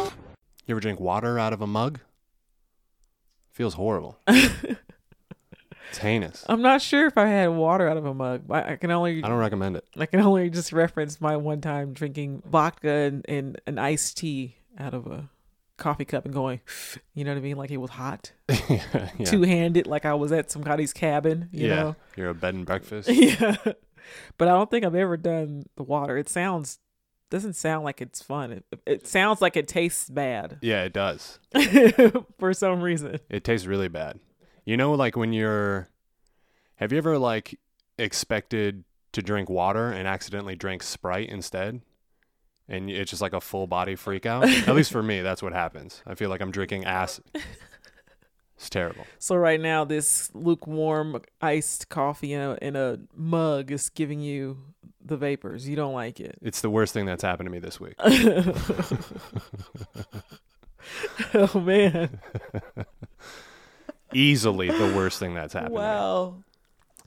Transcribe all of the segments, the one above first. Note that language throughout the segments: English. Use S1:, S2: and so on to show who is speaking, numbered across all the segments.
S1: You ever drink water out of a mug? Feels horrible. it's heinous.
S2: I'm not sure if I had water out of a mug. I, I can only
S1: I
S2: I,
S1: don't recommend it.
S2: can only just reference my one time drinking vodka and, and an iced tea out of a coffee cup and going, you know what I mean? Like it was hot,
S1: yeah.
S2: two handed, like I was at somebody's cabin. You
S1: yeah.
S2: know?
S1: You're a bed and breakfast.
S2: yeah. But I don't think I've ever done the water. It sounds doesn't sound like it's fun. It, it sounds like it tastes bad
S1: yeah, it does.
S2: for some reason.
S1: It tastes really bad. You know, like when you're. Have you ever like expected to drink water and accidentally drank Sprite instead? And it's just like a full body freak out. At least for me, that's what happens. I feel like I'm drinking acid. It's terrible.
S2: So right now, this lukewarm iced coffee in a in a mug is giving you the vapors. You don't like it.
S1: It's the worst thing that's happened to me this week.
S2: oh man!
S1: Easily the worst thing that's happened. to me.
S2: Wow.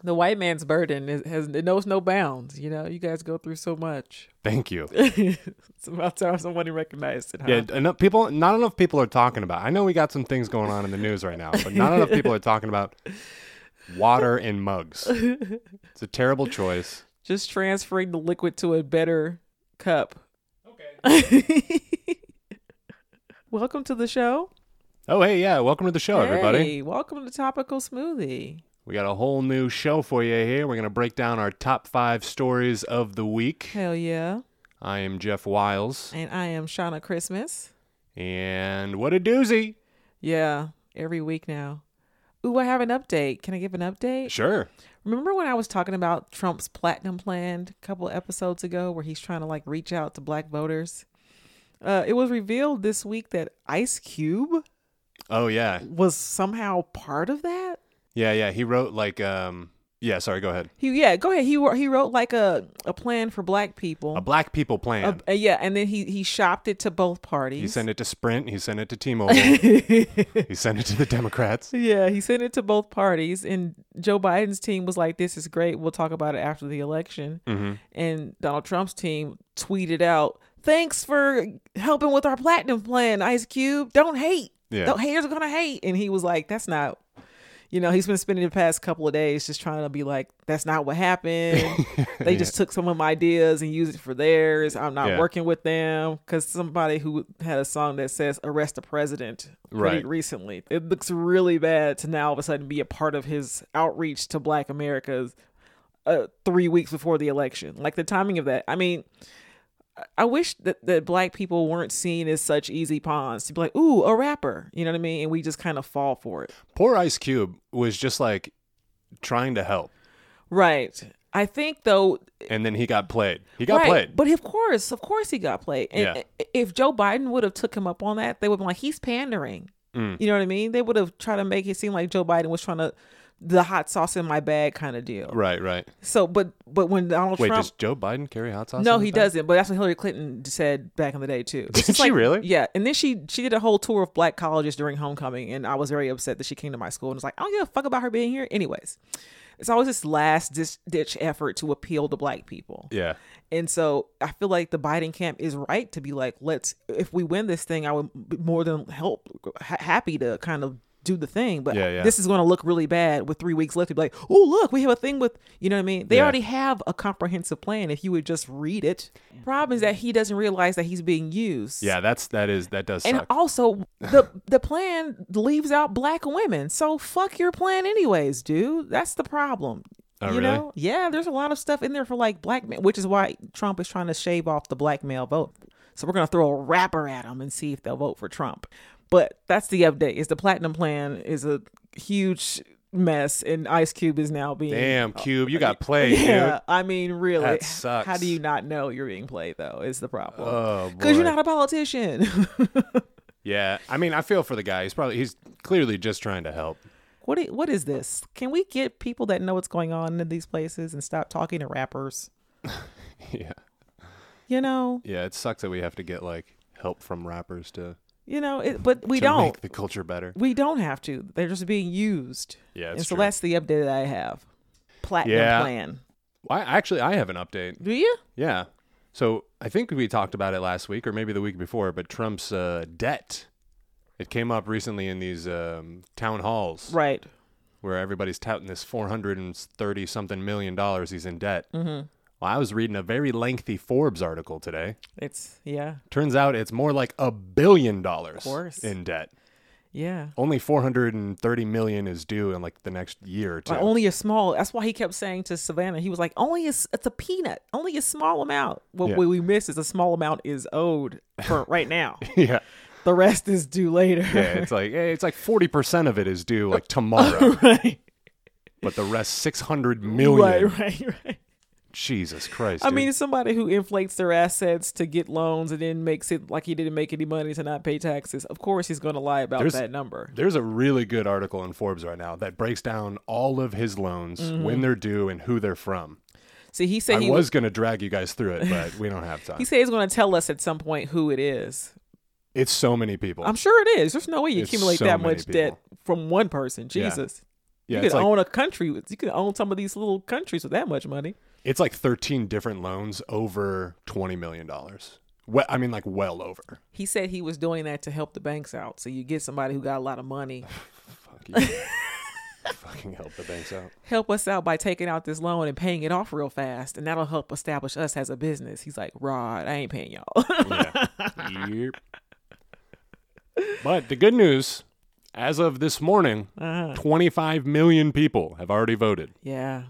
S2: The white man's burden is, has it knows no bounds. You know, you guys go through so much.
S1: Thank you.
S2: it's about time somebody recognized it. Huh?
S1: Yeah, enough people. Not enough people are talking about. I know we got some things going on in the news right now, but not enough people are talking about water and mugs. It's a terrible choice.
S2: just transferring the liquid to a better cup. Okay. welcome to the show.
S1: Oh, hey, yeah, welcome to the show, everybody.
S2: Hey, welcome to Topical Smoothie.
S1: We got a whole new show for you here. We're gonna break down our top five stories of the week.
S2: Hell yeah.
S1: I am Jeff Wiles,
S2: And I am Shauna Christmas.
S1: and what a doozy!
S2: Yeah, every week now. Ooh, I have an update. Can I give an update?
S1: Sure.
S2: Remember when I was talking about Trump's platinum plan a couple episodes ago where he's trying to like reach out to black voters? Uh, it was revealed this week that Ice Cube
S1: Oh yeah,
S2: was somehow part of that.
S1: yeah, yeah. He wrote like, um, yeah. Sorry, go ahead.
S2: He yeah, go ahead. He wrote he wrote like a a plan for black people.
S1: A black people plan.
S2: A- uh, yeah, and then he he shopped it to both parties.
S1: He sent it to Sprint. He sent it to T-Mobile. he sent it to the Democrats.
S2: yeah, he sent it to both parties, and Joe Biden's team was like, "This is great. We'll talk about it after the election."
S1: Mm-hmm.
S2: And Donald Trump's team tweeted out, "Thanks for helping with our platinum plan, Ice Cube. Don't hate.
S1: Yeah.
S2: Don't, haters are gonna hate." And he was like, "That's not." You know, he's been spending the past couple of days just trying to be like, "That's not what happened." They just took some of my ideas and used it for theirs. I'm not
S1: Yeah.
S2: working with them because somebody who had a song that says "Arrest the President" pretty
S1: Right.
S2: recently. It looks really bad to now all of a sudden be a part of his outreach to Black Americans uh, three weeks before the election. Like the timing of that. I mean, I- I wish that, that Black people weren't seen as such easy pawns to be like, "Ooh, a rapper," you know what I mean? And we just kind of fall for it,
S1: Poor Ice Cube was just like trying to help,
S2: right? I think though
S1: and then he got played. He got played.
S2: But of course, of course, he got played. And
S1: Yeah.
S2: i- if Joe Biden would have took him up on that, they would have been like, he's pandering.
S1: Mm.
S2: You know what I mean? They would have tried to make it seem like Joe Biden was trying to the hot sauce in my bag kind of deal.
S1: Right, right.
S2: So, but but when Donald
S1: Wait,
S2: Trump,
S1: does Joe Biden carry hot sauce?
S2: no,
S1: in his
S2: he
S1: bag?
S2: doesn't. But that's what Hillary Clinton said back in the day too. It's
S1: Did
S2: just
S1: she really?
S2: Yeah, and then she she did a whole tour of black colleges during homecoming, and I was very upset that she came to my school and was like, I don't give a fuck about her being here. Anyways, it's always this last ditch, ditch effort to appeal to black people.
S1: Yeah,
S2: And so I feel like the Biden camp is right to be like, let's, if we win this thing, I would be more than help, ha- happy to kind of do the thing. But
S1: Yeah, yeah.
S2: this is going to look really bad with three weeks left. You'd be like, oh, look, we have a thing with, you know what I mean? They
S1: Yeah.
S2: already have a comprehensive plan if you would just read it. Problem is that he doesn't realize that he's being used.
S1: yeah. That's that is that does
S2: And
S1: suck.
S2: also, the the plan leaves out black women. So fuck your plan, anyways, dude. That's the problem.
S1: Oh,
S2: you
S1: really?
S2: know, yeah. There's a lot of stuff in there for like black men, which is why Trump is trying to shave off the black male vote. So we're gonna throw a rapper at them and see if they'll vote for Trump. But that's the update. Is the platinum plan is a huge mess, and Ice Cube is now being
S1: Damn, Cube, you got played,
S2: yeah,
S1: dude.
S2: I mean, really,
S1: That sucks.
S2: how do you not know you're being played though? Is the problem?
S1: Oh,
S2: because you're
S1: boy.
S2: not a politician.
S1: Yeah, I mean, I feel for the guy. He's probably he's clearly just trying to help.
S2: What i- what is this? Can we get people that know what's going on in these places and stop talking to rappers?
S1: Yeah,
S2: You know,
S1: yeah. It sucks that we have to get like help from rappers to
S2: you know, it, but we
S1: to
S2: don't.
S1: make the culture better.
S2: We don't have to. They're just being used.
S1: Yeah,
S2: and
S1: it's
S2: so
S1: true.
S2: that's the update that I have. Platinum
S1: Yeah.
S2: plan.
S1: I actually I have an update.
S2: Do you?
S1: Yeah. So I think we talked about it last week or maybe the week before, but Trump's uh, debt It came up recently in these um, town halls
S2: Right.
S1: where everybody's touting this 430 something million dollars he's in debt.
S2: Mm-hmm.
S1: Well, I was reading a very lengthy Forbes article today.
S2: It's yeah,
S1: Turns out it's more like a billion dollars
S2: course.
S1: in debt.
S2: yeah.
S1: Only 430 million is due in like the next year or two.
S2: Like, only a small. That's why he kept saying to Savannah, he was like, "Only a, s- it's a peanut. Only a small amount. What
S1: Yeah.
S2: we- we miss is a small amount is owed for right now.
S1: yeah.
S2: The rest is due later."
S1: Yeah, it's like eh, it's like 40% of it is due like tomorrow,
S2: right.
S1: but the rest 600 million.
S2: Right. Right. Right.
S1: Jesus Christ.
S2: I
S1: dude.
S2: mean, somebody who inflates their assets to get loans and then makes it like he didn't make any money to not pay taxes. Of course, he's going to lie about
S1: There's-
S2: that number.
S1: There's a really good article in Forbes right now that breaks down all of his loans, when they're due, and who they're from.
S2: See, he said
S1: I
S2: Mm-hmm. he
S1: was going to drag you guys through it, but we don't have time.
S2: He said he's going to tell us at some point who it is.
S1: It's so many people.
S2: I'm sure it is. There's no way you
S1: It's
S2: accumulate
S1: so
S2: that
S1: many
S2: much debt
S1: people.
S2: from one person.
S1: Yeah.
S2: Jesus.
S1: yeah,
S2: you
S1: it's
S2: could
S1: like,
S2: own a country. With, you could own some of these little countries with that much money.
S1: it's like 13 different loans over 20 million dollars. We- I mean, like well over.
S2: He said he was doing that to help the banks out. So you get somebody who got a lot of money.
S1: Fuck you. Fucking help the banks out.
S2: Help us out by taking out this loan and paying it off real fast. And that'll help establish us as a business. He's like, Rod, I ain't paying y'all.
S1: Yeah. yep. But the good news, as of this morning,
S2: uh-huh.
S1: 25 million people have already voted.
S2: Yeah.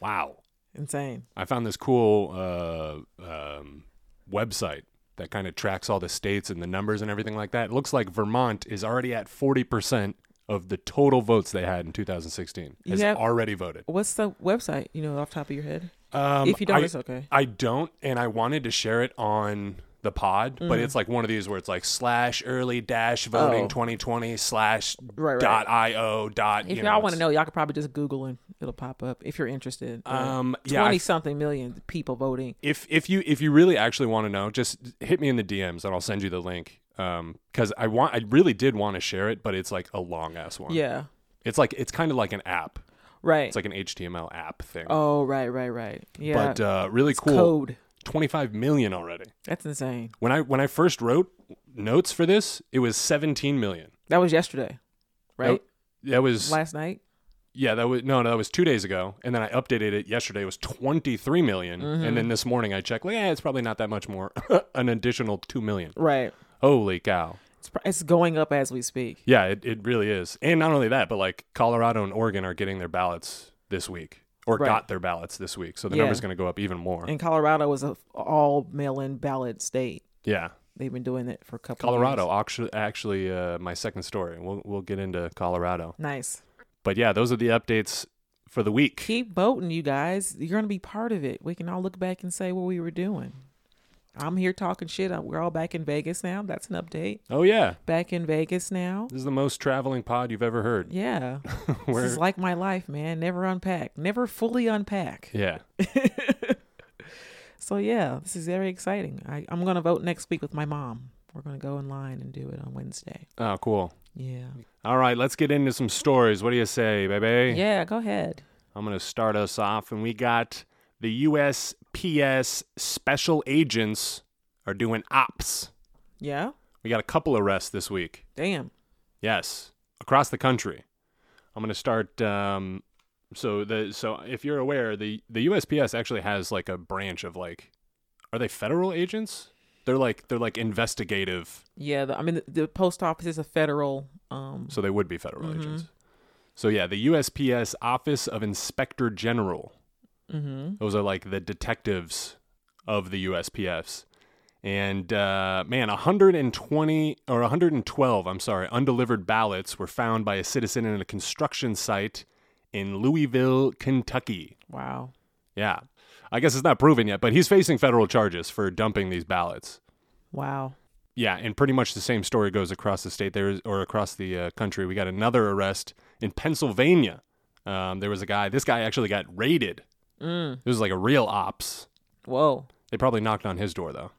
S1: Wow.
S2: Insane.
S1: I found this cool uh, um, website that kind of tracks all the states and the numbers and everything like that. It looks like Vermont is already at 40% of the total votes they had in 2016.
S2: You
S1: has
S2: have-
S1: already voted.
S2: What's the website, you know, off the top of your head?
S1: Um,
S2: if you don't,
S1: I,
S2: it's okay.
S1: I don't, and I wanted to share it on the pod, but it's like one of these where it's like slash early dash voting
S2: Mm. Oh.
S1: 2020 slash
S2: Right, right.
S1: dot io dot.
S2: If
S1: you
S2: y'all
S1: know,
S2: want to
S1: it's-
S2: know, y'all could probably just Google and it'll pop up if you're interested. But
S1: Um, yeah, I
S2: 20 something million people voting.
S1: if if you if you really actually want to know, just hit me in the DMs and I'll send you the link. Um, because I want I really did want to share it, but it's like a long ass one.
S2: Yeah.
S1: it's like it's kind of like an app.
S2: Right.
S1: It's like an HTML app thing.
S2: oh, right, right, right. Yeah.
S1: But uh, really cool.
S2: Code.
S1: Twenty five million already.
S2: That's insane.
S1: When I when I first wrote notes for this, it was seventeen million.
S2: That was yesterday, right?
S1: That, that was
S2: Last night.
S1: yeah. That was no, no. That was two days ago, and then I updated it yesterday. It was twenty three
S2: Mm-hmm.
S1: and then this morning I checked. Like, yeah, it's probably not that much more. an additional two million.
S2: Right.
S1: Holy cow!
S2: It's, pr- it's going up as we speak.
S1: Yeah, it, it really is. And not only that, but like Colorado and Oregon are getting their ballots this week or
S2: Right.
S1: got their ballots this week. So the
S2: Yeah.
S1: number's going to go up even more.
S2: And Colorado is a f- all mail-in ballot state.
S1: yeah.
S2: They've been doing it for a couple. of
S1: Colorado,
S2: years.
S1: actually, actually uh, my second story. We'll, we'll get into Colorado.
S2: Nice.
S1: But yeah, those are the updates for the week.
S2: Keep voting, you guys. You're gonna be part of it. We can all look back and say what we were doing. I'm here talking shit. Uh, We're all back in Vegas now. That's an update.
S1: oh, yeah.
S2: Back in Vegas now.
S1: This is the most traveling pod you've ever heard.
S2: Yeah.
S1: We're-
S2: This is like my life, man. Never unpack. Never fully unpack.
S1: yeah.
S2: So yeah, this is very exciting. I, I'm gonna vote next week with my mom. We're gonna go in line and do it on Wednesday.
S1: Oh, cool.
S2: Yeah.
S1: All right, let's get into some stories. What do you say, baby?
S2: Yeah, go ahead.
S1: I'm going to start us off, and we got the USPS special agents are doing ops.
S2: Yeah?
S1: We got a couple arrests this week.
S2: Damn.
S1: Yes, across the country. I'm going to start. Um, so the so if you're aware, the the USPS actually has like a branch of like, are they federal agents? They're like they're like investigative,
S2: Yeah, the, I mean the, the post office is a federal um
S1: so they would be federal agents. So yeah, the USPS Office of Inspector General
S2: mhm.
S1: Those are like the detectives of the USPS. And uh, man, 120 or 112, I'm sorry, undelivered ballots were found by a citizen in a construction site in Louisville, Kentucky.
S2: Wow.
S1: Yeah. I guess it's not proven yet, but he's facing federal charges for dumping these ballots.
S2: Wow.
S1: Yeah, and pretty much the same story goes across the state there is, or across the uh, country. We got another arrest in Pennsylvania. Um, there was a guy, this guy actually got raided.
S2: Mm.
S1: This was like a real ops.
S2: Whoa.
S1: They probably knocked on his door though.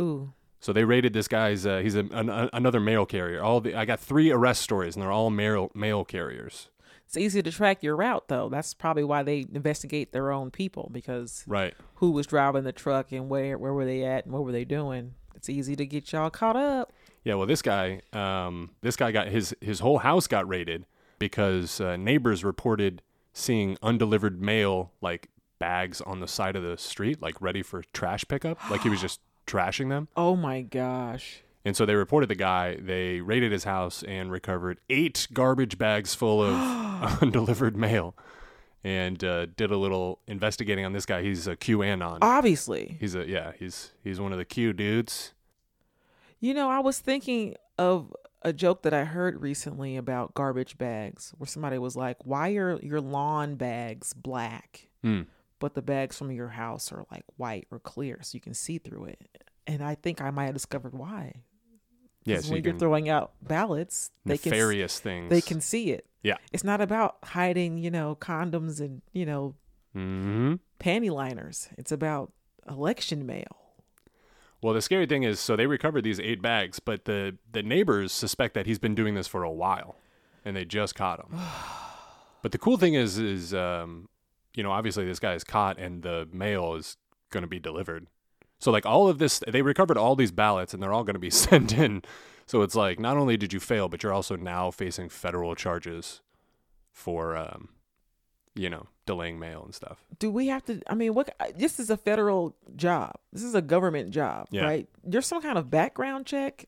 S2: Ooh.
S1: So they raided this guy's. Uh, he's a, an, a- another mail carrier. All the I got three arrest stories, and they're all mail mail carriers.
S2: It's easy to track your route though. That's probably why they investigate their own people because
S1: Right.
S2: who was driving the truck and where where were they at and what were they doing? It's easy to get y'all caught up.
S1: Yeah, well, this guy, um, this guy got his his whole house got raided because uh, neighbors reported seeing undelivered mail like bags on the side of the street, like ready for trash pickup. Like he was just trashing them,
S2: Oh my gosh.
S1: and so they reported the guy. They raided his house and recovered eight garbage bags full of undelivered mail, and uh, did a little investigating on this guy. He's a QAnon.
S2: Obviously.
S1: He's a yeah. He's he's one of the Q dudes.
S2: You know, I was thinking of a joke that I heard recently about garbage bags where somebody was like, "Why are your lawn bags black,
S1: Hmm.
S2: but the bags from your house are like white or clear so you can see through it?" And I think I might have discovered why.
S1: Yeah,
S2: 'Cause
S1: so you
S2: when you're
S1: can
S2: throwing out ballots, they can s-
S1: nefarious things.
S2: they can see it.
S1: Yeah.
S2: It's not about hiding, you know, condoms and, you know,
S1: hmm
S2: panty liners. It's about election mail.
S1: Well, the scary thing is, so they recovered these eight bags, but the the neighbors suspect that he's been doing this for a while, and they just caught him. but the cool thing is, is um, you know, obviously this guy is caught, and the mail is going to be delivered. So like all of this, they recovered all these ballots, and they're all going to be sent in. So it's like not only did you fail, but you're also now facing federal charges for, um, you know, delaying mail and stuff.
S2: do we have to i mean what uh, this is a federal job this is a government job
S1: Yeah.
S2: right there's some kind of background check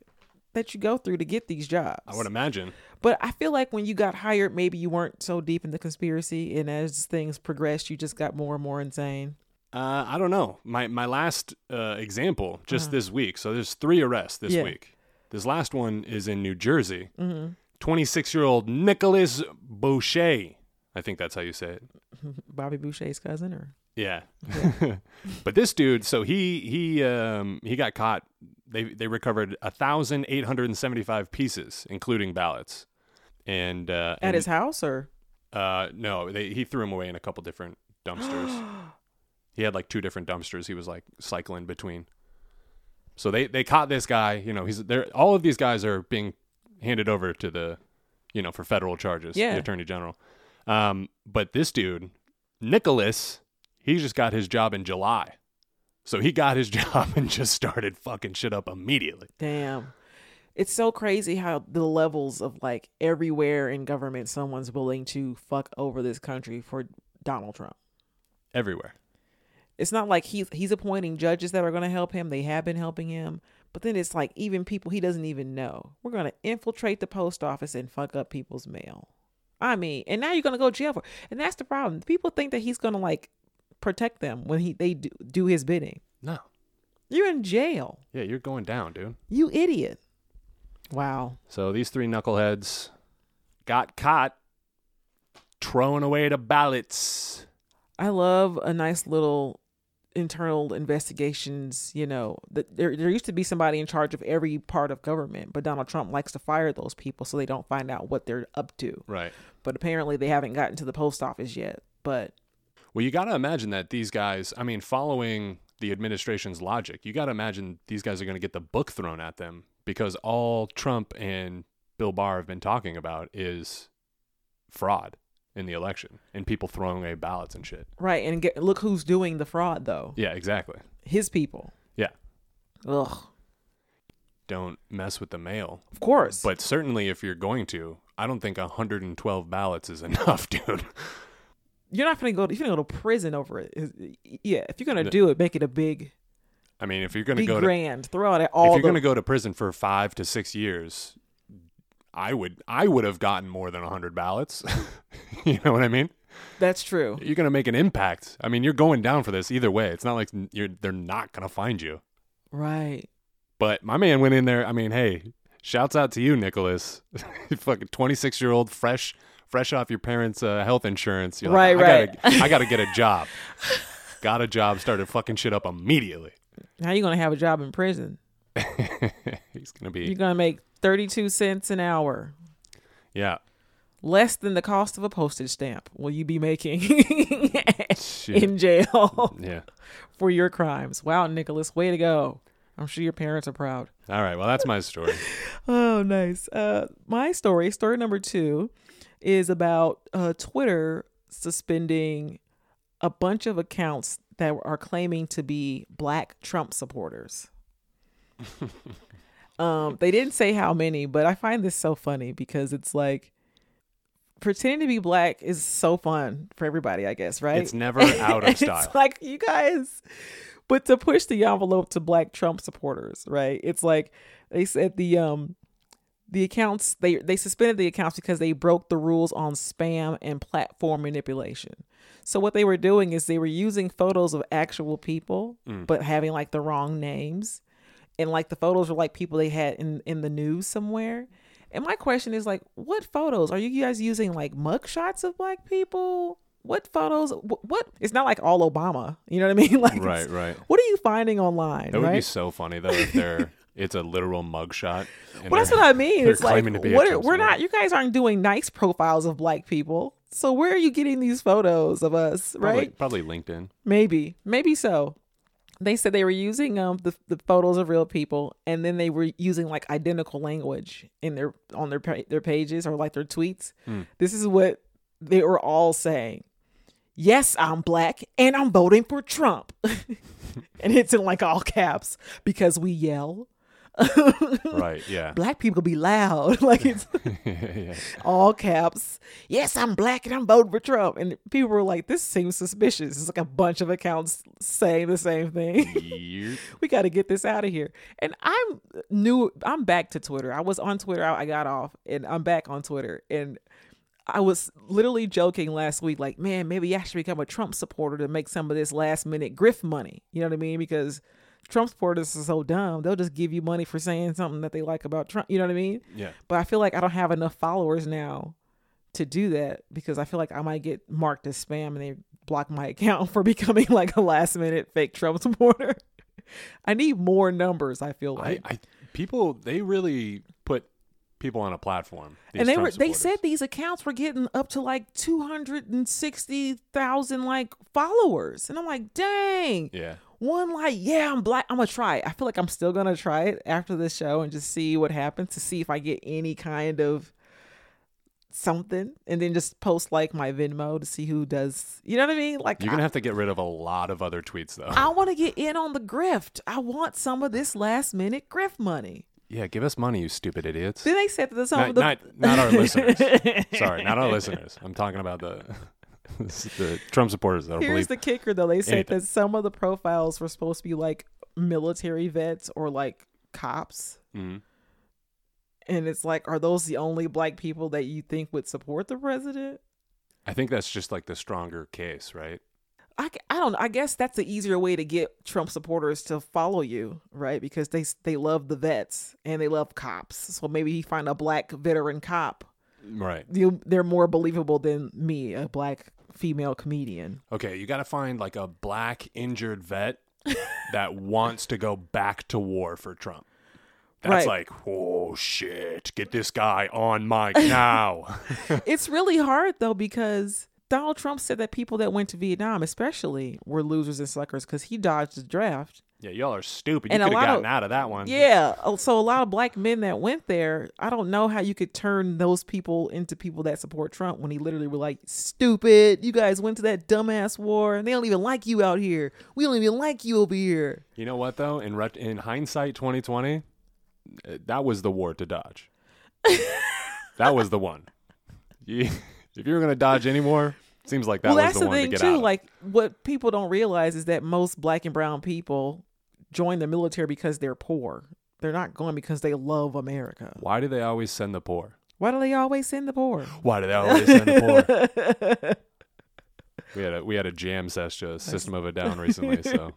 S2: that you go through to get these jobs
S1: I would imagine.
S2: but i feel like when you got hired maybe you weren't so deep in the conspiracy and as things progressed you just got more and more insane
S1: Uh, I don't know. My my last uh, example just this week. So there's three arrests this
S2: Yeah.
S1: week. This last one is in New Jersey. 26 year old Nicholas Boucher. I think that's how you say it.
S2: bobby boucher's cousin or
S1: Yeah. but this dude, so he he um he got caught. They they recovered 1,875 pieces, including ballots. And uh
S2: at
S1: and-
S2: his house or
S1: uh no, they he threw them away in a couple different dumpsters. he had like two different dumpsters he was like cycling between so they they caught this guy you know he's there all of these guys are being handed over to the you know for federal charges
S2: Yeah.
S1: the attorney general um but this dude nicholas he just got his job in july so he got his job and just started fucking shit up immediately
S2: damn it's so crazy how the levels of like everywhere in government someone's willing to fuck over this country for donald trump
S1: everywhere
S2: it's not like he's he's appointing judges that are going to help him. They have been helping him, but then it's like even people he doesn't even know. We're going to infiltrate the post office and fuck up people's mail. I mean, and now you're going to go jail for. And that's the problem. People think that he's going to like protect them when he they do, do his bidding.
S1: no
S2: You're in jail.
S1: yeah you're going down dude
S2: You idiot. Wow.
S1: so these three knuckleheads got caught throwing away the ballots
S2: I love a nice little internal investigations. You know, that there there used to be somebody in charge of every part of government, but Donald Trump likes to fire those people so they don't find out what they're up to.
S1: right
S2: But apparently, they haven't gotten to the post office yet. But
S1: Well, you got to imagine that these guys, I mean, following the administration's logic, you got to imagine these guys are going to get the book thrown at them because all Trump and Bill Barr have been talking about is fraud in the election and people throwing away ballots and shit.
S2: right, and get, look who's doing the fraud though.
S1: Yeah, exactly.
S2: His people.
S1: Yeah.
S2: Ugh.
S1: Don't mess with the mail.
S2: Of course.
S1: But certainly if you're going to, I don't think 112 ballots is enough, dude.
S2: you're not gonna go. To, you're gonna go to prison over it. Is- Yeah. If you're gonna
S1: The-
S2: do it, make it a big,
S1: I mean, if you're going to
S2: big
S1: go to
S2: grand. Throw out
S1: if
S2: at all.
S1: you're
S2: the,
S1: going to go to prison for 5 to 6 years, I would I would have gotten more than 100 ballots. you know what I mean?
S2: that's true.
S1: You're going to make an impact. I mean, you're going down for this either way. It's not like you're they're not going to find you.
S2: Right.
S1: But my man went in there. I mean, hey, shouts out to you, Nicholas. You Fucking 26-year-old fresh fresh off your parents' uh, health insurance. You're like,
S2: Right,
S1: I
S2: right.
S1: Gotta, I got to get a job. got a job, started fucking shit up immediately.
S2: Now you're gonna have a job in prison.
S1: He's going to be
S2: You're gonna make thirty-two cents an hour,
S1: yeah.
S2: less than the cost of a postage stamp. Will you be making
S1: Shit.
S2: in jail
S1: yeah.
S2: for your crimes? Wow, Nicholas, way to go! I'm sure your parents are proud.
S1: All right. Well, that's my story.
S2: Oh, nice. Uh, my story, story number two, is about uh, Twitter suspending a bunch of accounts that are claiming to be black Trump supporters. Um, they didn't say how many, but I find this so funny because it's like pretending to be black is so fun for everybody, I guess, right?
S1: It's never out of
S2: It's
S1: style.
S2: like you guys, but to push the envelope to black Trump supporters, right? It's like they said the um the accounts they they suspended the accounts because they broke the rules on spam and platform manipulation. So what they were doing is they were using photos of actual people
S1: Mm.
S2: but having like the wrong names and like the photos were like people they had in in the news somewhere. And my question is like, what photos are you guys using? Like mugshots of black people? What photos? What? what? It's not like all Obama. You know what I mean? Like, it's-
S1: Right, right.
S2: What are you finding online?
S1: That would be
S2: right?
S1: so funny though if they're it's a literal mugshot. and
S2: well, that's
S1: they're-
S2: what I mean.
S1: they're
S2: It's like,
S1: claiming to be a
S2: what are,
S1: Trump
S2: we're not. You guys aren't doing nice profiles of black people. So where are you getting these photos of us? Right?
S1: probably, probably LinkedIn.
S2: Maybe, maybe so. They said they were using um the, the photos of real people, and then they were using like identical language in their on their pa- their pages or like their tweets.
S1: Hmm.
S2: This is what they were all saying. Yes, I'm black, and I'm voting for Trump, and it's in like all caps because we yell.
S1: Right, yeah.
S2: Black people be loud, like it's
S1: yeah.
S2: all caps. Yes, I'm black and I'm voting for Trump. And people were like, this seems suspicious. It's like a bunch of accounts saying the same
S1: Mm.
S2: thing.
S1: Yeet.
S2: we got to get this out of here. And I'm new. I'm back to Twitter. I was on Twitter. I I got off and I'm back on Twitter. And I was literally joking last week, like, man, maybe I should become a Trump supporter to make some of this last minute grift money. You know what I mean? Because Trump supporters are so dumb. They'll just give you money for saying something that they like about Trump. You know what I mean?
S1: Yeah.
S2: but I feel like I don't have enough followers now to do that because I feel like I might get marked as spam and they block my account for becoming like a last minute fake Trump supporter. I need more numbers. I feel
S1: I,
S2: like,
S1: I people they really put people on a platform. these
S2: and they
S1: Trump
S2: were they
S1: supporters.
S2: said these accounts were getting up to like two hundred and sixty thousand like followers, and I'm like, dang.
S1: Yeah.
S2: One like, yeah, I'm black. I'm gonna try. It. I feel like I'm still gonna try it after this show and just see what happens to see if I get any kind of something, and then just post like my Venmo to see who does. You know what I mean? Like,
S1: You're
S2: I,
S1: gonna have to get rid of a lot of other tweets though.
S2: I want to get in on the grift. I want some of this last minute grift money.
S1: yeah, give us money, you stupid idiots.
S2: Then they said that some
S1: not,
S2: of the
S1: not, not our listeners. Sorry, not our listeners. I'm talking about the the Trump supporters that'll
S2: Here's
S1: believe.
S2: the kicker though. They said
S1: anything.
S2: that some of the profiles were supposed to be like military vets or like cops.
S1: Mhm.
S2: And it's like, are those the only black people that you think would support the president?
S1: I think that's just like the stronger case, right?
S2: I, g- I don't know. I guess that's the easier way to get Trump supporters to follow you, right? Because they s- they love the vets and they love cops. So maybe he find a black veteran cop.
S1: Right.
S2: You, they're more believable than me, a black female comedian.
S1: Okay, you got to find like a black injured vet that wants to go back to war for Trump. That's
S2: Right.
S1: like, oh shit, get this guy on mic now.
S2: it's really hard though because Donald Trump said that people that went to Vietnam, especially, were losers and suckers because he dodged the draft.
S1: yeah, y'all are stupid.
S2: And a
S1: you could
S2: lot
S1: have
S2: of-
S1: gotten out of that one.
S2: Yeah, oh, so a lot of black men that went there, I don't know how you could turn those people into people that support Trump when he literally were like, "Stupid, you guys went to that dumbass war, and they don't even like you out here. We don't even like you over here."
S1: You know what though? In ret- in hindsight, 2020, uh, that was the war to dodge. that was the one. You, if you were gonna dodge anymore, seems like that
S2: well,
S1: was
S2: that's
S1: the,
S2: the,
S1: one
S2: thing
S1: to get
S2: too.
S1: out. of.
S2: Like what people don't realize is that most black and brown people join the military because they're poor. They're not going because they love America.
S1: Why do they always send the poor?
S2: Why do they always send the poor?
S1: Why do they always send the poor? We had a we had a jam session, to System of a Down recently, so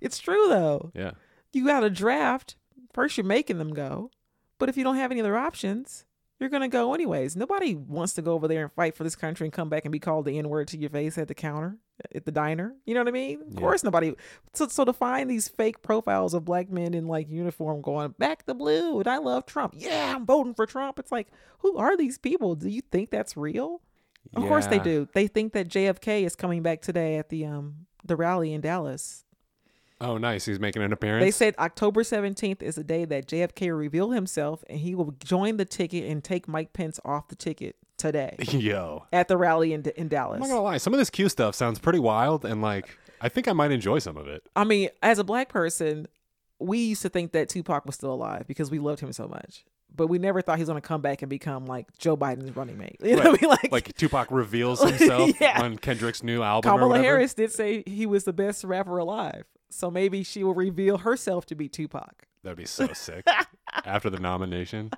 S2: It's true though.
S1: yeah.
S2: You got a draft. First, you're making them go, but if you don't have any other options, you're gonna go anyways. Nobody wants to go over there and fight for this country and come back and be called the N word to your face at the counter at the diner. You know what I mean? Of
S1: Yeah.
S2: course, nobody. So, so to find these fake profiles of black men in like uniform going back the blue and I love Trump. Yeah, I'm voting for Trump. It's like, who are these people? Do you think that's real? Of course they
S1: Yeah.
S2: do. They think that JFK is coming back today at the um the rally in Dallas.
S1: Oh, nice. He's making an appearance.
S2: They said October 17th is the day that JFK will reveal himself and he will join the ticket and take Mike Pence off the ticket today
S1: Yo.
S2: at the rally in, in
S1: I'm
S2: Dallas.
S1: not gonna lie. Some of this Q stuff sounds pretty wild, and like I think I might enjoy some of it.
S2: I mean, as a black person, we used to think that Tupac was still alive because we loved him so much. But we never thought he was going to come back and become like Joe Biden's running mate. You know what I mean? Like,
S1: Like Tupac reveals himself
S2: Yeah.
S1: on Kendrick's new album or
S2: Kamala
S1: whatever.
S2: Harris did say he was the best rapper alive. So maybe she will reveal herself to be Tupac.
S1: That'd be so sick. After the nomination,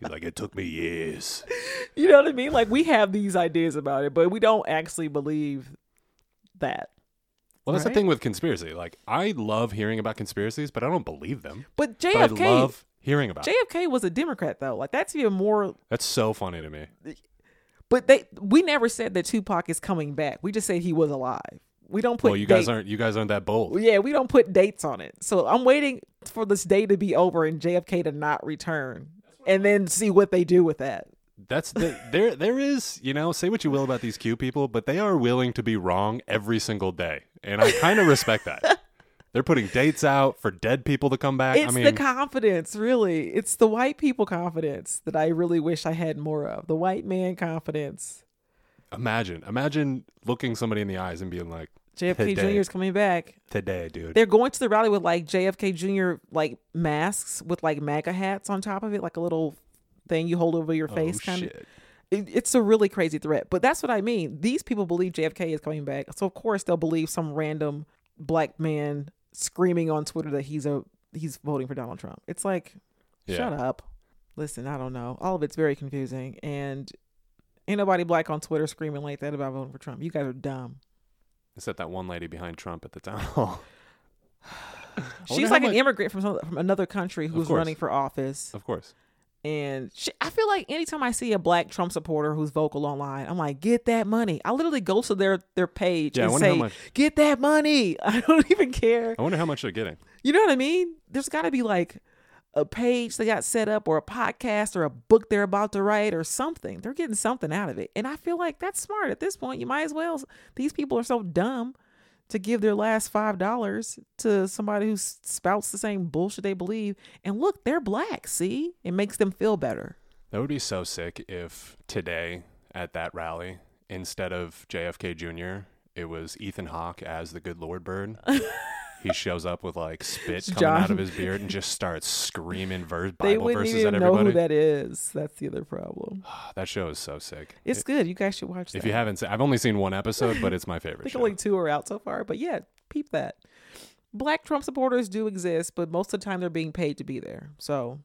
S1: he's like, "It took me years."
S2: You know what I mean? Like we have these ideas about it, but we don't actually believe that.
S1: Well, that's
S2: Right?
S1: the thing with conspiracy. Like, I love hearing about conspiracies, but I don't believe them.
S2: But
S1: But I
S2: JFK
S1: love hearing about. it.
S2: JFK was a Democrat though. Like that's even more
S1: That's so funny to me.
S2: but they we never said that Tupac is coming back. We just said he was alive. We don't put
S1: Well, you guys
S2: date-
S1: aren't you guys aren't that bold.
S2: Yeah, we don't put dates on it. So I'm waiting for this day to be over and JFK to not return and then see what they do with that.
S1: That's the there there is, you know, say what you will about these Q people, but they are willing to be wrong every single day. And I kind of respect that. They're putting dates out for dead people to come back.
S2: It's
S1: I mean,
S2: the confidence, really. It's the white people confidence that I really wish I had more of. The white man confidence.
S1: imagine. Imagine looking somebody in the eyes and being like,
S2: JFK
S1: Today.
S2: Jr. is coming back.
S1: "Today, dude."
S2: They're going to the rally with like JFK Jr. like masks with like MAGA hats on top of it, like a little thing you hold over your
S1: Oh,
S2: face kind of.
S1: shit.
S2: It, it's a really crazy threat. But that's what I mean. These people believe JFK is coming back. So of course they'll believe some random black man screaming on Twitter that he's a he's voting for Donald Trump. It's like
S1: Yeah.
S2: shut up. Listen, I don't know. All of it's very confusing and ain't nobody black on Twitter screaming like that about voting for Trump. You guys are dumb.
S1: Except that one lady behind Trump at the town hall. wonder
S2: She's
S1: how
S2: like an
S1: much-
S2: immigrant from some, from another country who's
S1: course.
S2: running for office,
S1: Of course.
S2: and she, I feel like anytime I see a black Trump supporter who's vocal online, I'm like, get that money. I literally go to their their page
S1: Yeah, I
S2: and
S1: wonder how
S2: say,
S1: much-
S2: get that money. I don't even care.
S1: I wonder how much they're getting.
S2: You know what I mean? There's got to be like a page they got set up, or a podcast, or a book they're about to write, or something. They're getting something out of it, and I feel like that's smart at this point. You might as well. These people are so dumb to give their last five dollars to somebody who spouts the same bullshit they believe. And look, they're black. See, it makes them feel better.
S1: That would be so sick if today at that rally, instead of JFK Jr., it was Ethan Hawke as the Good Lord Bird. he shows up with like spit coming out
S2: John.
S1: of his beard and just starts screaming verse
S2: They
S1: Bible
S2: wouldn't
S1: verses at
S2: even know
S1: everybody.
S2: who that is. That's the other problem.
S1: that show is so sick.
S2: It's good. You guys should watch that.
S1: if you haven't seen, I've only seen one episode, but it's my
S2: I
S1: favorite.
S2: think
S1: Show.
S2: only two are out so far, but yeah, peep that. Black Trump supporters do exist, but most of the time they're being paid to be there. So,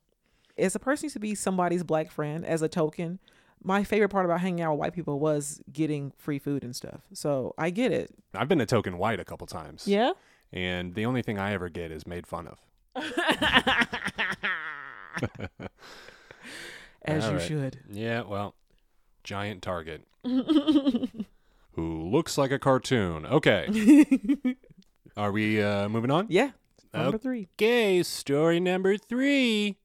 S2: as a person used to be somebody's black friend as a token, my favorite part about hanging out with white people was getting free food and stuff. So I get it.
S1: I've been a token white a couple times,
S2: Yeah.
S1: and the only thing I ever get is made fun of.
S2: As
S1: All
S2: you
S1: right.
S2: should.
S1: Yeah, well, giant target who looks like a cartoon. Okay, are we uh, moving on?
S2: yeah. Number three.
S1: Okay, story number three.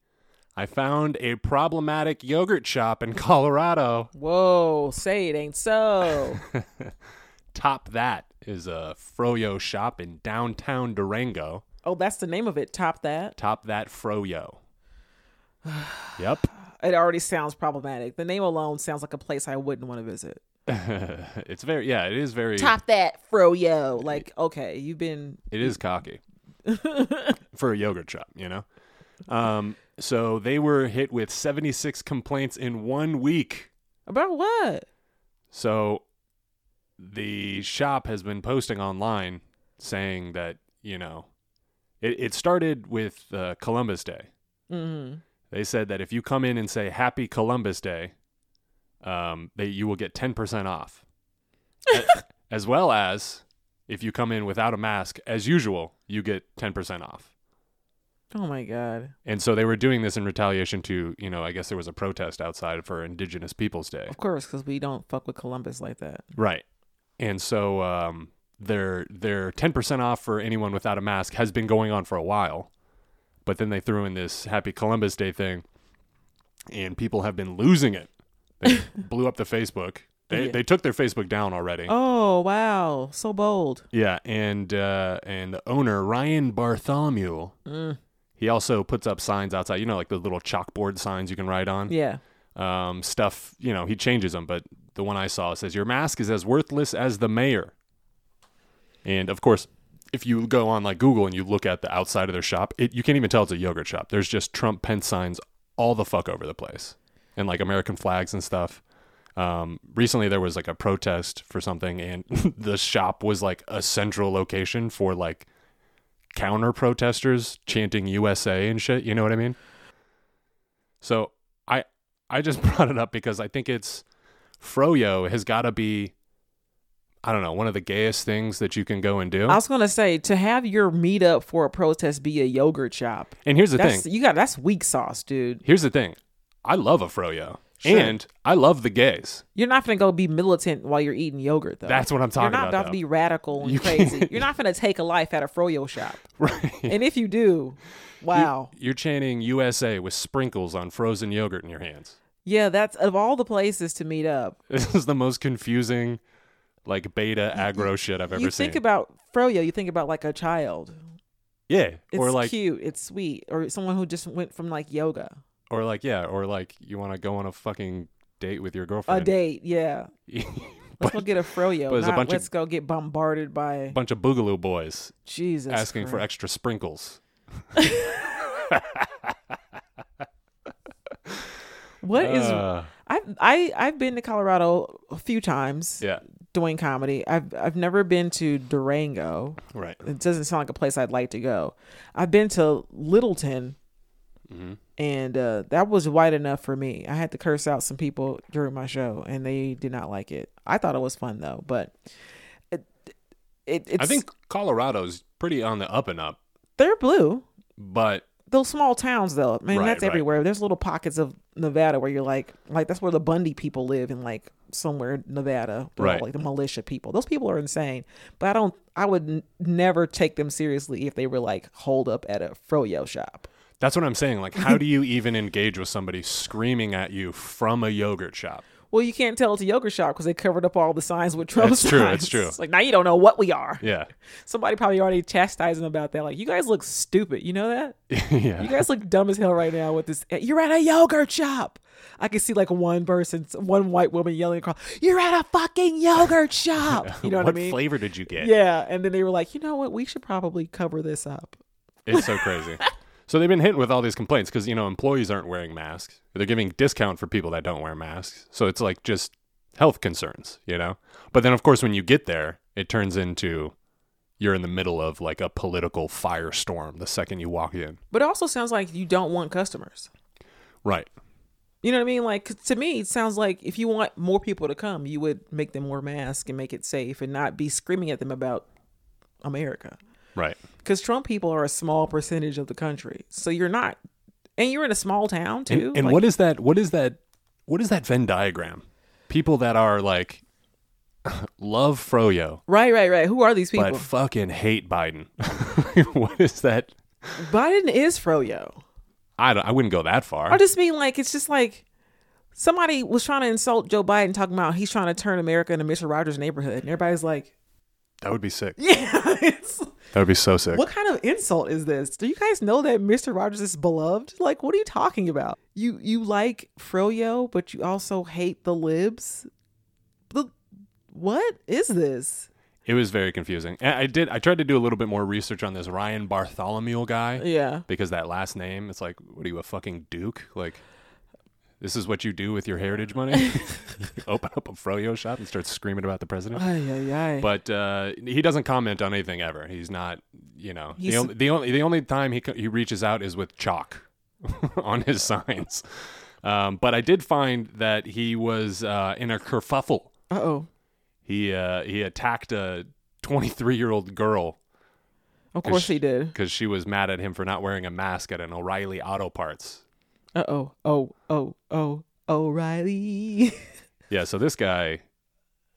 S1: I found a problematic yogurt shop in Colorado.
S2: Whoa, say it ain't so.
S1: Top that is a froyo shop in downtown Durango.
S2: oh, that's the name of it. Top that.
S1: Top that froyo. yep.
S2: It already sounds problematic. The name alone sounds like a place I wouldn't want to visit.
S1: it's very yeah, it is very
S2: top that froyo like okay you've been
S1: It is cocky for a yogurt shop, you know. Um, so they were hit with 76 complaints in one week.
S2: about what
S1: So the shop has been posting online saying that, you know, it, it started with uh, Columbus Day.
S2: mm-hmm.
S1: They said that if you come in and say Happy Columbus Day, um, they, you will get 10% off. A- as well as if you come in without a mask, as usual, you get 10% off.
S2: oh my god
S1: And so they were doing this in retaliation to, you know, I guess there was a protest outside for Indigenous Peoples Day.
S2: of course because we don't fuck with columbus like that
S1: Right. And so um, their their ten percent off for anyone without a mask has been going on for a while, but then they threw in this Happy Columbus Day thing, and people have been losing it. They blew up the Facebook. They
S2: Yeah.
S1: they took their Facebook down already.
S2: oh wow so bold
S1: Yeah, and uh, and the owner Ryan Bartholomew.
S2: Mm.
S1: He also puts up signs outside, you know, like the little chalkboard signs you can write on.
S2: yeah
S1: um, stuff. You know, he changes them, but the one I saw says, Your mask is as worthless as the mayor. And of course, if you go on like Google and you look at the outside of their shop, it you can't even tell it's a yogurt shop. There's just Trump Pence signs all the fuck over the place, and like American flags and stuff. Um, recently, there was like a protest for something, and the shop was like a central location for like counter protesters chanting USA and shit. You know what I mean? So I I just brought it up because I think it's Froyo has got to be I don't know one of the gayest things that you can go and do.
S2: I was gonna say to have your meetup for a protest be a yogurt shop.
S1: and here's the
S2: That's
S1: thing.
S2: you got that's weak sauce, dude.
S1: Here's the thing. I love a Froyo.
S2: Sure.
S1: And I love the gays.
S2: You're not gonna go be militant while you're eating yogurt though.
S1: That's what I'm talking
S2: You're not
S1: about,
S2: to
S1: though.
S2: be radical and
S1: You can't-
S2: crazy. You're not gonna take a life at a froyo shop.
S1: Right.
S2: And if you do, wow.
S1: You're chanting USA with sprinkles on frozen yogurt in your hands.
S2: yeah, that's of all the places to meet up.
S1: This is the most confusing, like beta aggro shit I've ever
S2: you
S1: seen.
S2: think about froyo, you think about like a child.
S1: yeah.
S2: It's
S1: or like
S2: cute, it's sweet, or someone who just went from like yoga.
S1: or like yeah, or like you want to go on a fucking date with your
S2: A
S1: girlfriend.
S2: date, yeah. Let's go get a froyo.
S1: but it's a
S2: not
S1: bunch of-
S2: let's go get bombarded by
S1: bunch of boogaloo boys
S2: Jesus.
S1: asking for
S2: Christ.
S1: extra sprinkles.
S2: what is
S1: Uh,
S2: I've I I've been to Colorado a few times
S1: yeah,
S2: doing comedy. I've I've never been to Durango.
S1: right.
S2: It doesn't sound like a place I'd like to go. I've been to Littleton,
S1: Mm-hmm.
S2: and uh, that was wide enough for me. I had to curse out some people during my show, and they did not like it. I thought it was fun though, but it it it's,
S1: I think Colorado's pretty on the up and up,
S2: they're blue.
S1: but
S2: those small towns though man
S1: Right,
S2: that's
S1: right.
S2: everywhere there's little pockets of nevada where you're like like that's where the bundy people live in like somewhere in nevada They're all,
S1: Right.
S2: like the militia people those people are insane but i don't i would n- never take them seriously if they were like holed up at a froyo shop
S1: that's what I'm saying. Like, how do you even engage with somebody screaming at you from a yogurt shop?
S2: well you can't tell it's a yogurt shop because they covered up all the signs with trump
S1: That's true,
S2: signs.
S1: that's true.
S2: It's like now you don't know what we are
S1: Yeah,
S2: somebody probably already chastised them about that like you guys look stupid you know that You
S1: yeah.
S2: guys look dumb as hell right now with this. You're at a yogurt shop. I can see like one person, one white woman yelling across, You're at a fucking yogurt shop. You know what, I mean?
S1: flavor did you get?
S2: Yeah. And then they were like, You know what? We should probably cover this up.
S1: It's so crazy. so they've been hit with all these complaints because you know employees aren't wearing masks. They're giving discount for people that don't wear masks. So it's like just health concerns, you know. But then of course when you get there, it turns into you're in the middle of like a political firestorm the second you walk in.
S2: But it also sounds like you don't want customers.
S1: Right.
S2: You know what I mean? Like 'cause to me, it sounds like if you want more people to come, you would make them wear masks and make it safe and not be screaming at them about America.
S1: Right.
S2: Because Trump people are a small percentage of the country. So you're not, and you're in a small town
S1: And,
S2: too.
S1: and
S2: Like,
S1: what is that? What is that? What is that Venn diagram? People that are like love Froyo
S2: Right, right, right. Who are these people?
S1: but fucking hate Biden. what is that?
S2: Biden is froyo.
S1: I don't, I wouldn't go that far.
S2: I just mean like it's just like somebody was trying to insult Joe Biden, talking about he's trying to turn America into Mister Rogers' neighborhood, and everybody's like,
S1: That would be sick.
S2: "Yeah, it's,
S1: That would be so sick.
S2: what kind of insult is this? Do you guys know that Mister Rogers is beloved? Like, what are you talking about? You you like froyo, but you also hate the libs. The, what is this?
S1: It was very confusing. And I did. I tried to do a little bit more research on this Ryan Bartholomew guy
S2: Yeah,
S1: because that last name. It's like, what are you a fucking duke? Like, this is what you do with your heritage money? You open up a froyo shop and start screaming about the president.
S2: ay ay ay.
S1: But uh, he doesn't comment on anything ever. He's not, you know,
S2: He's-
S1: the, only, the only the only time he co- he reaches out is with chalk on his signs. Um, but I did find that he was uh, in a kerfuffle
S2: Uh oh.
S1: he uh, he attacked a 23 year old girl
S2: Of course
S1: she-
S2: he did.
S1: because she was mad at him for not wearing a mask at an O'Reilly Auto Parts.
S2: Uh oh. Oh oh oh. O'Reilly.
S1: Yeah, so this guy,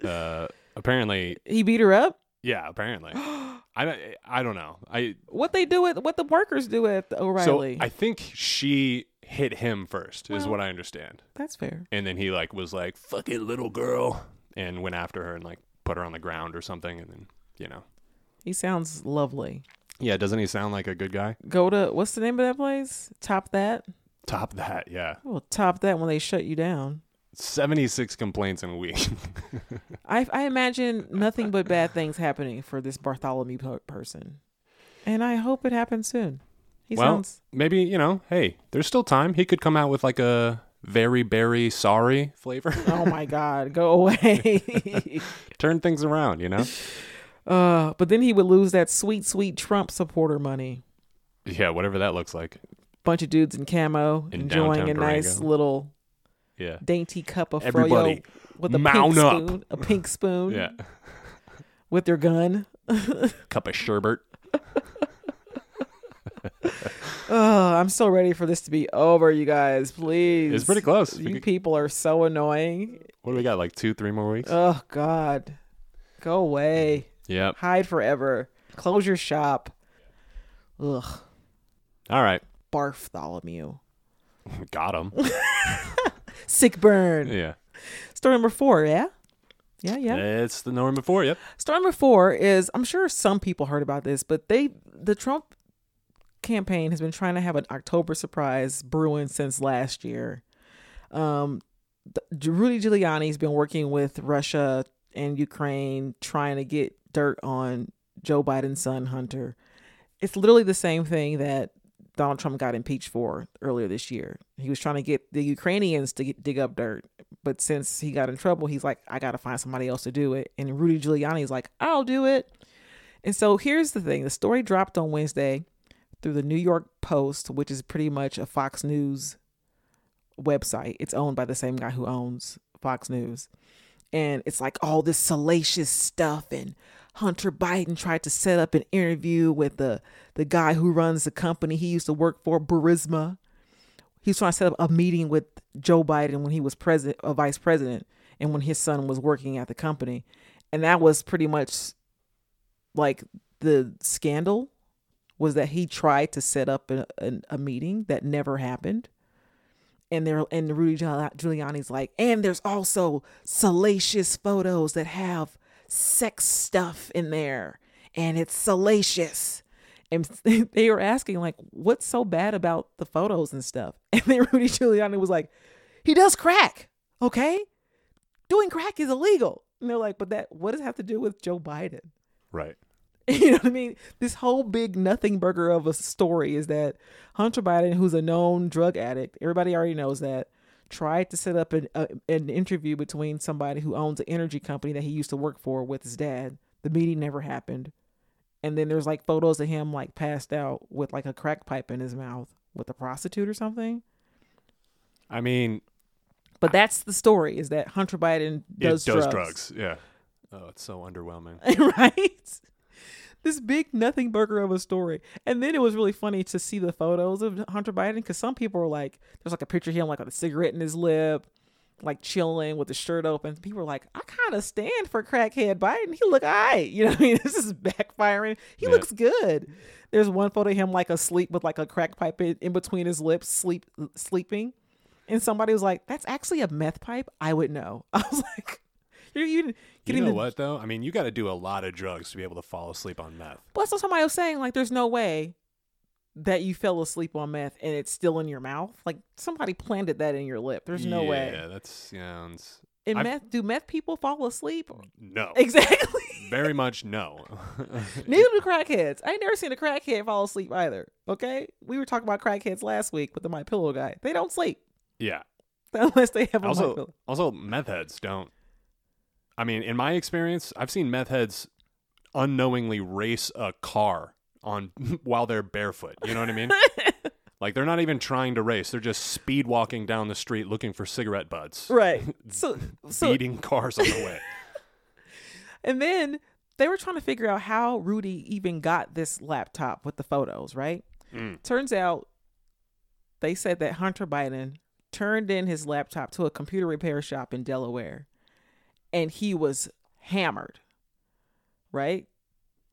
S1: uh, apparently,
S2: He beat her up.
S1: yeah, apparently, I don't- I don't know. I
S2: What they do at what the workers do at the O'Reilly.
S1: so I think she hit him first, is
S2: Well-
S1: what I understand,
S2: That's fair.
S1: and then he like was like fucking little girl and went after her and like put her on the ground or something, and then you know,
S2: He sounds lovely.
S1: yeah, doesn't he sound like a good guy?
S2: Go to what's the name of that place? Top that.
S1: Top that, yeah.
S2: Well, top that when they shut you down.
S1: 76 complaints in a week.
S2: I, I imagine nothing but bad things happening for this Bartholomew per- person, and I hope it happens soon. He
S1: Well-
S2: sounds
S1: Maybe, you know, hey, there's still time. He could come out with like a very berry sorry flavor.
S2: oh my god, go away.
S1: Turn things around, you know?
S2: uh, but then he would lose that sweet, sweet Trump supporter money.
S1: Yeah, whatever that looks like.
S2: Bunch of dudes in camo
S1: In
S2: enjoying a
S1: downtown
S2: nice
S1: Durango.
S2: little
S1: Yeah.
S2: dainty cup of
S1: Everybody,
S2: froyo with a pink
S1: mount up.
S2: spoon, a pink spoon
S1: Yeah.
S2: with their gun.
S1: Cup of sherbet.
S2: Oh, I'm so ready for this to be over, you guys. Please.
S1: It's pretty close. We
S2: You
S1: could-
S2: people are so annoying.
S1: what do we got? Like two, three more weeks?
S2: Oh God. Go away.
S1: yep.
S2: Hide forever. Close your shop. Ugh.
S1: All right.
S2: Bartholomew.
S1: Got him.
S2: Sick burn.
S1: yeah.
S2: Story number four, yeah? Yeah, yeah.
S1: It's the norm before. Yep.
S2: Story number four is I'm sure some people heard about this, but they the Trump campaign has been trying to have an October surprise brewing since last year. Um, the, Rudy Giuliani's been working with Russia and Ukraine trying to get dirt on Joe Biden's son Hunter. It's literally the same thing that Donald Trump got impeached for earlier this year. He was trying to get the Ukrainians to get, dig up dirt, but since he got in trouble, he's like, I got to find somebody else to do it. And Rudy Giuliani's like, I'll do it. And so here's the thing the story dropped on Wednesday through the New York Post, which is pretty much a Fox News website. It's owned by the same guy who owns Fox News. And it's like all this salacious stuff. And Hunter Biden tried to set up an interview with the, the guy who runs the company he used to work for, Burisma he was trying to set up a meeting with Joe Biden when he was president, a vice president, and when his son was working at the company, and that was pretty much like the scandal was that he tried to set up a, a, a meeting that never happened, and there and Rudy Giul- Giuliani's like, and there's also salacious photos that have sex stuff in there, and it's salacious and they were asking like what's so bad about the photos and stuff and then rudy giuliani was like he does crack okay doing crack is illegal and they're like but that what does it have to do with joe biden
S1: Right.
S2: you know what I mean? This whole big nothing burger of a story is that Hunter Biden, who's a known drug addict, everybody already knows that, tried to set up an, a, an interview between somebody who owns an energy company that he used to work for with his dad. The meeting never happened. And then there's like photos of him like passed out with like a crack pipe in his mouth with a prostitute or something.
S1: I mean,
S2: But that's the story is that Hunter Biden does,
S1: it does
S2: drugs. Uh,
S1: drugs. Yeah. Oh, it's so underwhelming.
S2: right? This big nothing burger of a story. And then it was really funny to see the photos of Hunter Biden because some people were like, there's like a picture of him like with a cigarette in his lip, like chilling with his shirt open. People were like, I kind of stand for crackhead Biden. He look all right. You know what I mean? This is backfiring. He
S1: Yeah.
S2: looks good. There's one photo of him like asleep with like a crack pipe in, in between his lips, sleep sleeping. And somebody was like, that's actually a meth pipe. I would know. I was like, you're even
S1: You
S2: getting
S1: know
S2: the
S1: what though? I mean, you got to do a lot of drugs to be able to fall asleep on meth.
S2: Well, that's what somebody was saying. Like, there's no way that you fell asleep on meth and it's still in your mouth. Like, somebody planted that in your lip. There's no way.
S1: Yeah, that sounds
S2: And
S1: I've- Oh,
S2: meth, do meth people fall asleep?
S1: no.
S2: Exactly.
S1: Very much no.
S2: Neither do crackheads. I ain't never seen a crackhead fall asleep either. Okay, we were talking about crackheads last week with the My Pillow guy. They don't sleep
S1: yeah.
S2: unless they have a My
S1: Also,
S2: Pillow.
S1: also meth heads don't. I mean, in my experience, I've seen meth heads unknowingly race a car on while they're barefoot. You know what I mean? like they're not even trying to race; they're just speed walking down the street looking for cigarette butts,
S2: Right. So, so
S1: beating cars on the way.
S2: And then they were trying to figure out how Rudy even got this laptop with the photos, right?
S1: Mm.
S2: Turns out they said that Hunter Biden turned in his laptop to a computer repair shop in Delaware and he was hammered, right?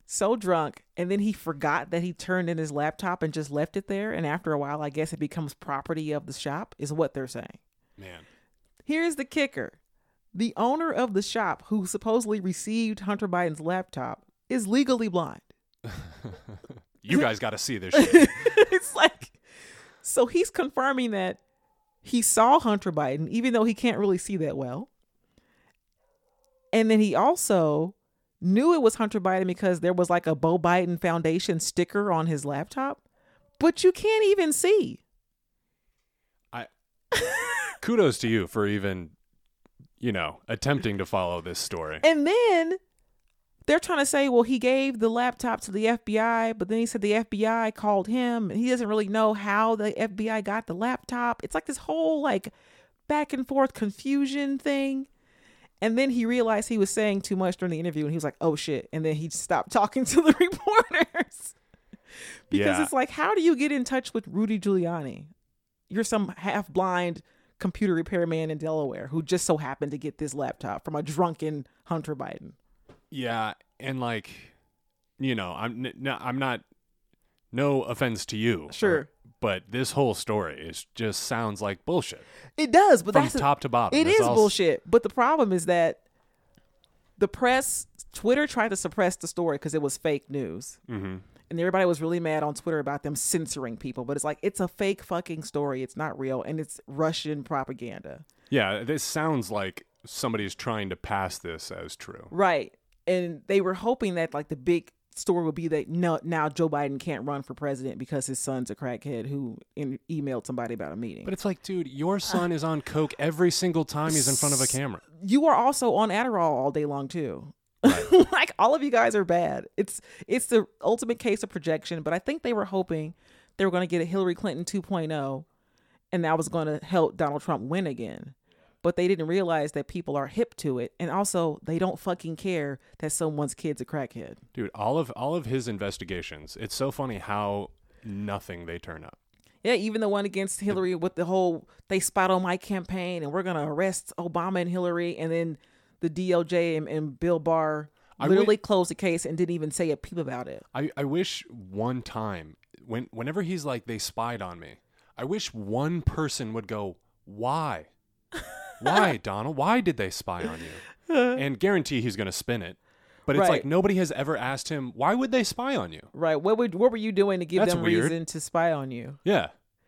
S2: So drunk. And then he forgot that he turned in his laptop and just left it there. And after a while, I guess it becomes property of the shop, is what they're saying.
S1: Man,
S2: Here's the kicker the owner of the shop who supposedly received Hunter Biden's laptop is legally blind.
S1: you guys got to see this shit.
S2: it's like, so he's confirming that He saw Hunter Biden, even though he can't really see that well. And then he also knew it was Hunter Biden because there was like a Bo Biden Foundation sticker on his laptop, but you can't even see.
S1: Kudos to you for even, you know, attempting to follow this story.
S2: And then they're trying to say, well, he gave the laptop to the FBI, but then he said the FBI called him and he doesn't really know how the FBI got the laptop. It's like this whole like back and forth confusion thing. And then he realized he was saying too much during the interview and he was like, oh shit. And then he stopped talking to the reporters. because
S1: Yeah.
S2: it's like, how do you get in touch with Rudy Giuliani? You're some half blind computer repairman in Delaware who just so happened to get this laptop from a drunken Hunter Biden.
S1: Yeah, and like, you know, I'm n- no, I'm not. No offense to you,
S2: Sure.
S1: or- but this whole story is just sounds like bullshit
S2: It does, but
S1: from
S2: that's the-
S1: top to bottom.
S2: It
S1: It's
S2: is
S1: all s-
S2: bullshit. But the problem is that the press, Twitter tried to suppress the story because it was fake news.
S1: Mhm.
S2: And everybody was really mad on Twitter about them censoring people. But it's like, it's a fake fucking story. It's not real. And it's Russian propaganda.
S1: Yeah, this sounds like somebody's trying to pass this as true.
S2: Right. And they were hoping that, like, the big story would be that no, now Joe Biden can't run for president because his son's a crackhead who in, emailed somebody about a meeting.
S1: But it's like, dude, your son is on coke every single time he's in front of a camera.
S2: you are also on Adderall all day long too. like all of you guys are bad. It's it's the ultimate case of projection, but I think they were hoping they were going to get a Hillary Clinton 2.0 and that was going to help Donald Trump win again. But they didn't realize that people are hip to it and also they don't fucking care that someone's kid's a crackhead.
S1: Dude, all of all of his investigations, it's so funny how nothing they turn up.
S2: Yeah, even the one against Hillary with the whole they spot on my campaign and we're gonna arrest Obama and Hillary and then the DOJ and, and Bill Barr
S1: I
S2: literally closed the case and didn't even say a peep about it.
S1: I, I wish one time when whenever he's like they spied on me, I wish one person would go, Why? Why, Donald? Why did they spy on you? And guarantee he's gonna spin it. But it's
S2: Right.
S1: like nobody has ever asked him, Why would they spy on you?
S2: Right. What would what were you doing to give
S1: That's
S2: them
S1: weird.
S2: reason to spy on you?
S1: Yeah.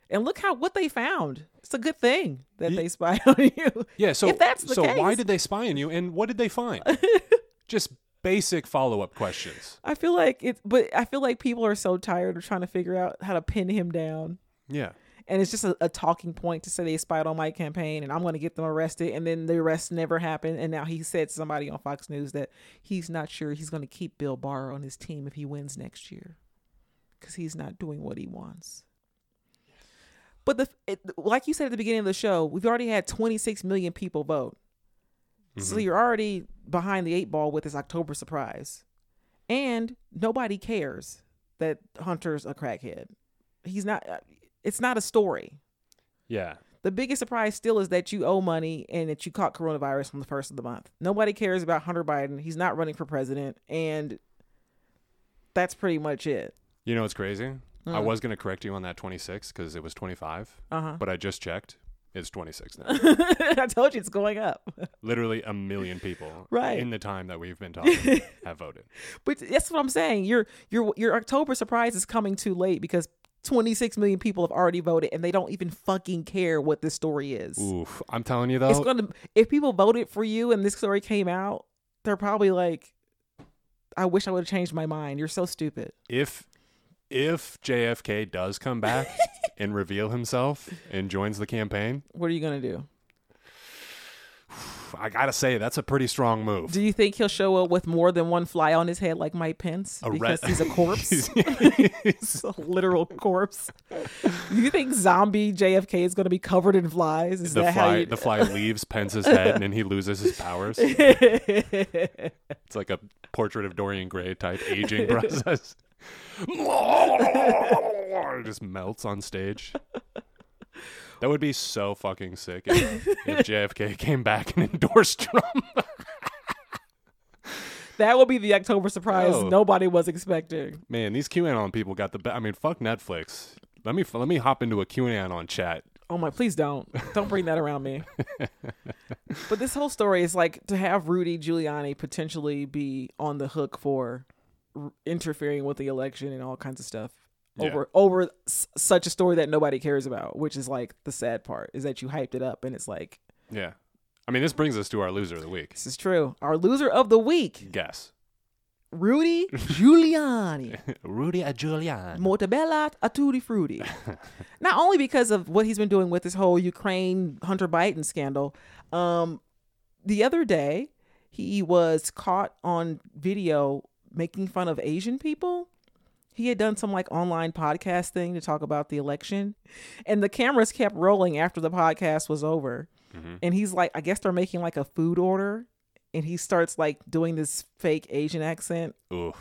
S2: And look how what they found. It's a good thing that
S1: Ye-
S2: they spy on you.
S1: Yeah, so
S2: If that's the
S1: so why
S2: case.
S1: did they spy on you and what did they find? Just basic follow up questions.
S2: I feel like it but I feel like people are so tired of trying to figure out how to pin him down.
S1: Yeah.
S2: and it's just a, a talking point to say they spied on my campaign and I'm going to get them arrested and then the arrest never happened and now he said to somebody on Fox News that he's not sure he's going to keep Bill Barr on his team if he wins next year cuz he's not doing what he wants. But the it, like you said at the beginning of the show, we've already had 26 million people vote. So you're already behind the eight ball with this October surprise. And nobody cares that Hunter's a crackhead. He's not uh, it's not a story.
S1: Yeah.
S2: The biggest surprise still is that you owe money and that you caught coronavirus on the first of the month. Nobody cares about Hunter Biden. He's not running for president. And that's pretty much it.
S1: You know what's crazy? I was gonna correct you on that twenty six because it was twenty five,
S2: Uh-huh.
S1: but I just checked. It's twenty six now.
S2: I told you it's going up.
S1: literally a million people
S2: Right.
S1: in the time that we've been talking have voted.
S2: But that's what I'm saying. Your your your October surprise is coming too late because 26 million people have already voted and they don't even fucking care what this story is.
S1: Oof. I'm telling you though,
S2: It's gonna if people voted for you and this story came out, they're probably like, I wish I would have changed my mind. You're so stupid.
S1: if if JFK does come back and reveal himself and joins the campaign,
S2: What are you gonna do?
S1: pff, I gotta say that's a pretty strong move.
S2: Do you think he'll show up with more than one fly on his head like Mike Pence?
S1: A
S2: because
S1: red-
S2: he's a corpse. he's a literal corpse. You think zombie JFK is gonna be covered in flies? Is
S1: the
S2: that how
S1: fly,
S2: you
S1: the fly leaves Pence's head, and then he loses his powers. It's like a portrait of Dorian Gray type aging process. It just melts on stage. That would be so fucking sick if, if JFK came back and endorsed Trump.
S2: That will be the October surprise
S1: Oh.
S2: nobody was expecting.
S1: Man, these QAnon people got the. Be- I mean, fuck Netflix. Let me let me hop into a QAnon chat.
S2: Oh my, please don't. Don't bring that around me. but this whole story is like to have Rudy Giuliani potentially be on the hook for r- interfering with the election and all kinds of stuff.
S1: Yeah.
S2: over over s- such a story that nobody cares about, which is like the sad part is that you hyped it up and it's like
S1: Yeah. I mean, this brings us to our loser of the week.
S2: this is true. Our loser of the week,
S1: Guess.
S2: Rudy Giuliani,
S1: Rudy Giuliani.
S2: Mortadella a tutti frutti. Not only because of what he's been doing with this whole Ukraine Hunter Biden scandal, um, the other day he was caught on video making fun of Asian people. He had done some like online podcast thing to talk about the election, and the cameras kept rolling after the podcast was over.
S1: Mhm.
S2: And he's like, I guess they're making like a food order, and he starts like doing this fake Asian accent,
S1: Ooh.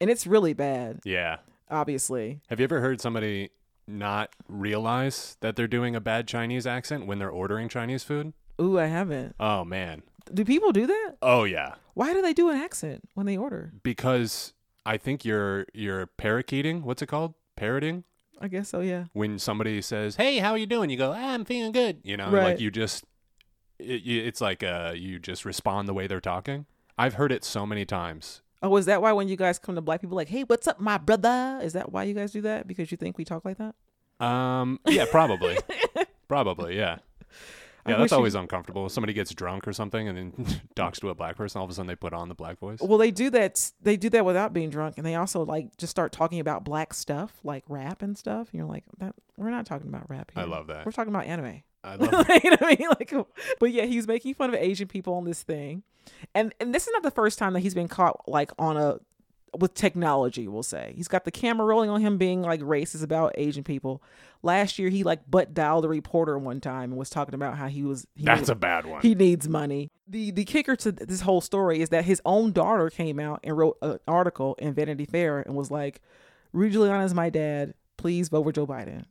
S2: and it's really bad,
S1: Yeah.
S2: obviously.
S1: Have you ever heard somebody not realize that they're doing a bad Chinese accent when they're ordering Chinese food?
S2: Ooh, I haven't.
S1: Oh, man.
S2: Do people do that?
S1: Oh, yeah.
S2: Why do they do an accent when they order?
S1: Because I think you're you're parakeeting. What's it called? Parroting.
S2: I guess so, yeah.
S1: When somebody says, "Hey, how are you doing?" You go, ah, "I'm feeling good." You know,
S2: Right.
S1: like you just it, you, it's like uh you just respond the way they're talking. I've heard it so many times.
S2: Oh, is that why when you guys come to black people, like, hey, what's up, my brother? Is that why you guys do that? Because you think we talk like that?
S1: Um, yeah, probably. probably, yeah.
S2: I
S1: Yeah,
S2: wish
S1: that's
S2: you-
S1: always uncomfortable. Somebody gets drunk or something and then talks to a black person, all of a sudden they put on the black voice.
S2: Well, they do that. They do that without being drunk, and they also like just start talking about black stuff, like rap and stuff. And you're like, that we're not talking about rap here.
S1: I love that.
S2: We're talking about anime.
S1: I
S2: you
S1: love
S2: know what I mean? Like, but yeah, he's making fun of Asian people on this thing, and and this is not the first time that he's been caught like on a with technology. We'll say he's got the camera rolling on him being like racist about Asian people. Last year, he like butt dialed a reporter one time and was talking about how he was he
S1: That's a bad one.
S2: he needs money. The the kicker to th- this whole story is that his own daughter came out and wrote an article in Vanity Fair and was like, Rudy Giuliani is my dad. Please vote for Joe Biden.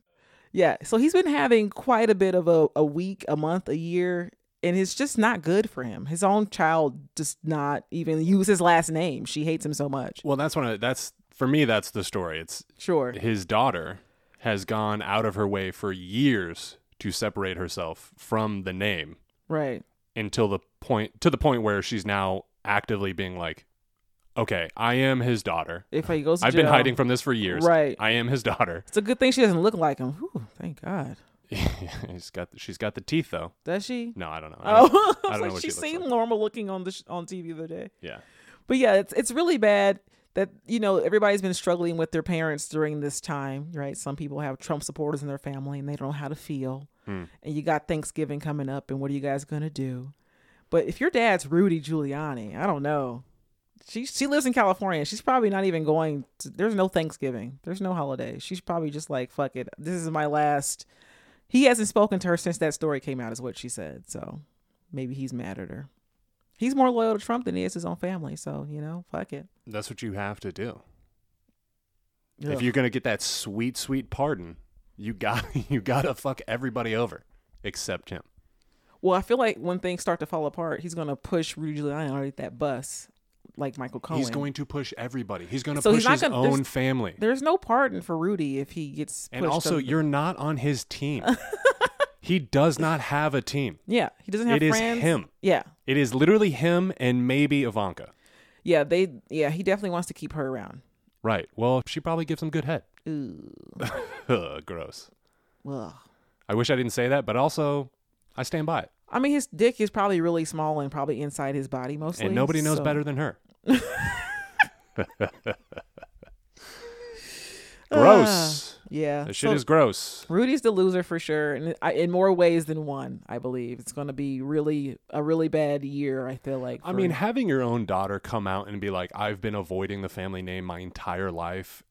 S2: Yeah. So he's been having quite a bit of a, a week, a month, a year, and it's just not good for him. His own child just not even use his last name. She hates him so much.
S1: well, that's one of that's for me that's the story. It's
S2: Sure.
S1: his daughter has gone out of her way for years to separate herself from the name
S2: Right.
S1: until the point to the point where she's now actively being like, "Okay, I am his daughter.
S2: If he goes to
S1: I've been
S2: jail-
S1: hiding from this for years.
S2: Right.
S1: I am his daughter."
S2: It's a good thing she doesn't look like him. Whew, thank God.
S1: she's got she's got the teeth though.
S2: Does she?
S1: No, I don't know. I don't-
S2: Oh,
S1: I
S2: I
S1: don't know
S2: was
S1: what
S2: like,
S1: she
S2: she
S1: looks
S2: seemed
S1: like.
S2: normal looking on the sh- on TV the other day.
S1: Yeah.
S2: But yeah, it's it's really bad that you know everybody's been struggling with their parents during this time, right? Some people have Trump supporters in their family and they don't know how to feel.
S1: Hmm.
S2: And you got Thanksgiving coming up, and what are you guys gonna do? But if your dad's Rudy Giuliani, I don't know. She she lives in California. She's probably not even going. To, there's no Thanksgiving. There's no holiday. She's probably just like, fuck it. This is my last. He hasn't spoken to her since that story came out, is what she said. So maybe he's mad at her. He's more loyal to Trump than he is his own family. So you know, fuck it.
S1: That's what you have to do.
S2: Ugh.
S1: If you're gonna get that sweet, sweet pardon, you got you gotta fuck everybody over except him.
S2: well, I feel like when things start to fall apart, he's gonna push Rudy Giuliani underneath that bus, like Michael Cohen.
S1: He's going to push everybody. He's gonna
S2: So he's
S1: push
S2: not
S1: his
S2: gonna-
S1: own
S2: there's-
S1: family.
S2: There's no pardon for Rudy if he gets.
S1: And
S2: pushed
S1: also,
S2: under-
S1: you're not on his team. he does not have a team.
S2: yeah, he doesn't have
S1: It is
S2: friends.
S1: him.
S2: Yeah,
S1: It is literally him and maybe Ivanka.
S2: yeah, they, yeah, he definitely wants to keep her around.
S1: Right. Well, she probably gives him good head.
S2: Ooh,
S1: Ugh, gross.
S2: well,
S1: I wish I didn't say that, but also, I stand by it.
S2: I mean, his dick is probably really small and probably inside his body mostly.
S1: And nobody knows
S2: so-
S1: better than her. gross.
S2: Yeah,
S1: that shit
S2: Ah, so
S1: is gross.
S2: Rudy's the loser for sure, and I- in more ways than one, I believe it's going to be really a really bad year. I feel like.
S1: I
S2: for-
S1: mean, having your own daughter come out and be like, I've been avoiding the family name my entire life,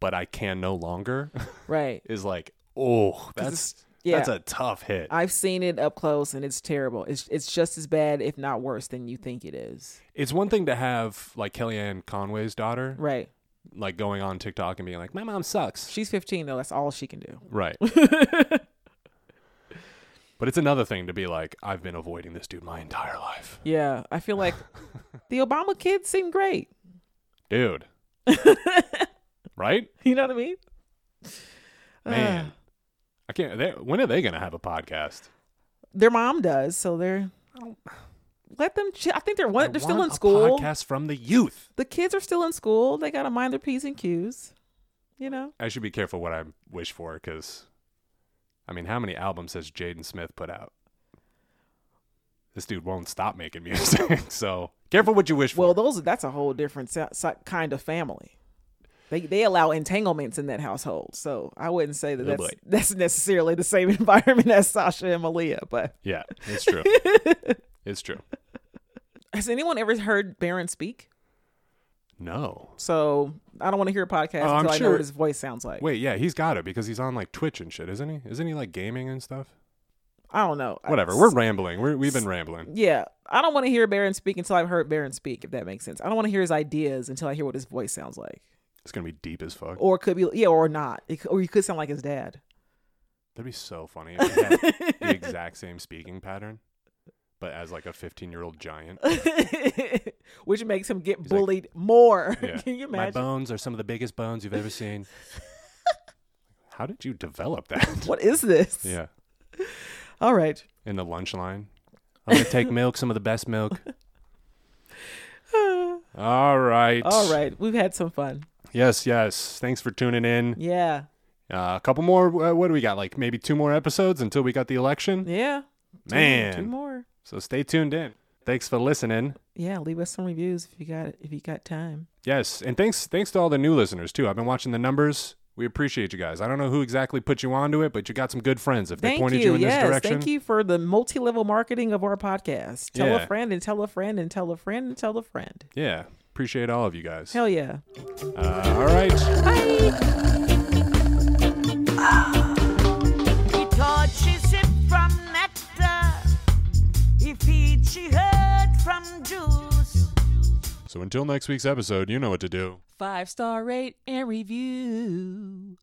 S1: but I can no longer
S2: right?
S1: is like, oh, that's
S2: it's- yeah.
S1: that's a tough hit.
S2: I've seen it up close, and it's terrible. It's it's just as bad, if not worse, than you think it is.
S1: It's one thing to have like Kellyanne Conway's daughter
S2: Right?
S1: like going on TikTok and being like, My mom sucks.
S2: She's 15 though. That's all she can do.
S1: Right. but it's another thing to be like, I've been avoiding this dude my entire life.
S2: Yeah, I feel like the Obama kids seem great.
S1: Dude. right?
S2: You know what I mean? Uh,
S1: Man. I can't they, when are they gonna have a podcast?
S2: Their mom does, so they're. Let them. Ch- I think they're
S1: I
S2: one. They're still
S1: want
S2: in
S1: a
S2: school.
S1: podcast from the youth.
S2: The kids are still in school. They gotta mind their p's and q's. You know,
S1: I should be careful what I wish for because, I mean, how many albums has Jaden Smith put out? This dude won't stop making music. so careful what you wish for.
S2: well, those that's a whole different si- si- kind of family. They they allow entanglements in that household, so I wouldn't say that
S1: Oh,
S2: that's
S1: boy.
S2: that's necessarily the same environment as Sasha and Malia. But
S1: yeah, it's true. it's true.
S2: has anyone ever heard Baron speak?
S1: No.
S2: So I don't want to hear a podcast
S1: Oh, I'm
S2: until I know
S1: sure-
S2: what his voice sounds like.
S1: Wait, yeah, he's got it because he's on like Twitch and shit, isn't he? Isn't he like gaming and stuff?
S2: I don't know. I-
S1: Whatever. We're rambling. We're, we've been rambling.
S2: Yeah, I don't want to hear Baron speak until I've heard Baron speak, if that makes sense. I don't want to hear his ideas until I hear what his voice sounds like,
S1: It's gonna be deep as fuck.
S2: or it could be yeah, or not, it, c- or he could sound like his dad.
S1: That'd be so funny if he had the exact same speaking pattern, but as like a 15 year old giant.
S2: Which makes him get
S1: He's like-
S2: bullied more.
S1: Yeah.
S2: Can you
S1: My
S2: imagine?
S1: bones are some of the biggest bones you've ever seen. How did you develop that?
S2: What is this?
S1: yeah.
S2: All right.
S1: In the lunch line. I'm gonna take milk, some of the best milk. All right.
S2: All right. We've had some fun.
S1: Yes, yes. Thanks for tuning in.
S2: Yeah.
S1: Uh, a couple more. Uh, what do we got? Like maybe two more episodes until we got the election?
S2: Yeah. Two-
S1: Man.
S2: Two more.
S1: So stay tuned in. Thanks for listening.
S2: Yeah. Leave us some reviews if you got if you got time.
S1: Yes, and thanks thanks to all the new listeners too. I've been watching the numbers. We appreciate you guys. I don't know who exactly put you onto it, but you got some good friends. If they
S2: Thank
S1: pointed
S2: you.
S1: you in
S2: yes.
S1: this direction,
S2: Thank you for the multi level marketing of our podcast. Tell
S1: Yeah.
S2: a friend and tell a friend and tell a friend and tell a friend.
S1: yeah, appreciate all of you guys.
S2: Hell yeah.
S1: Uh, all right.
S3: He torches it from nectar. He feeds she heard from juice.
S1: So until next week's episode, you know what to do.
S3: Five star rate and review.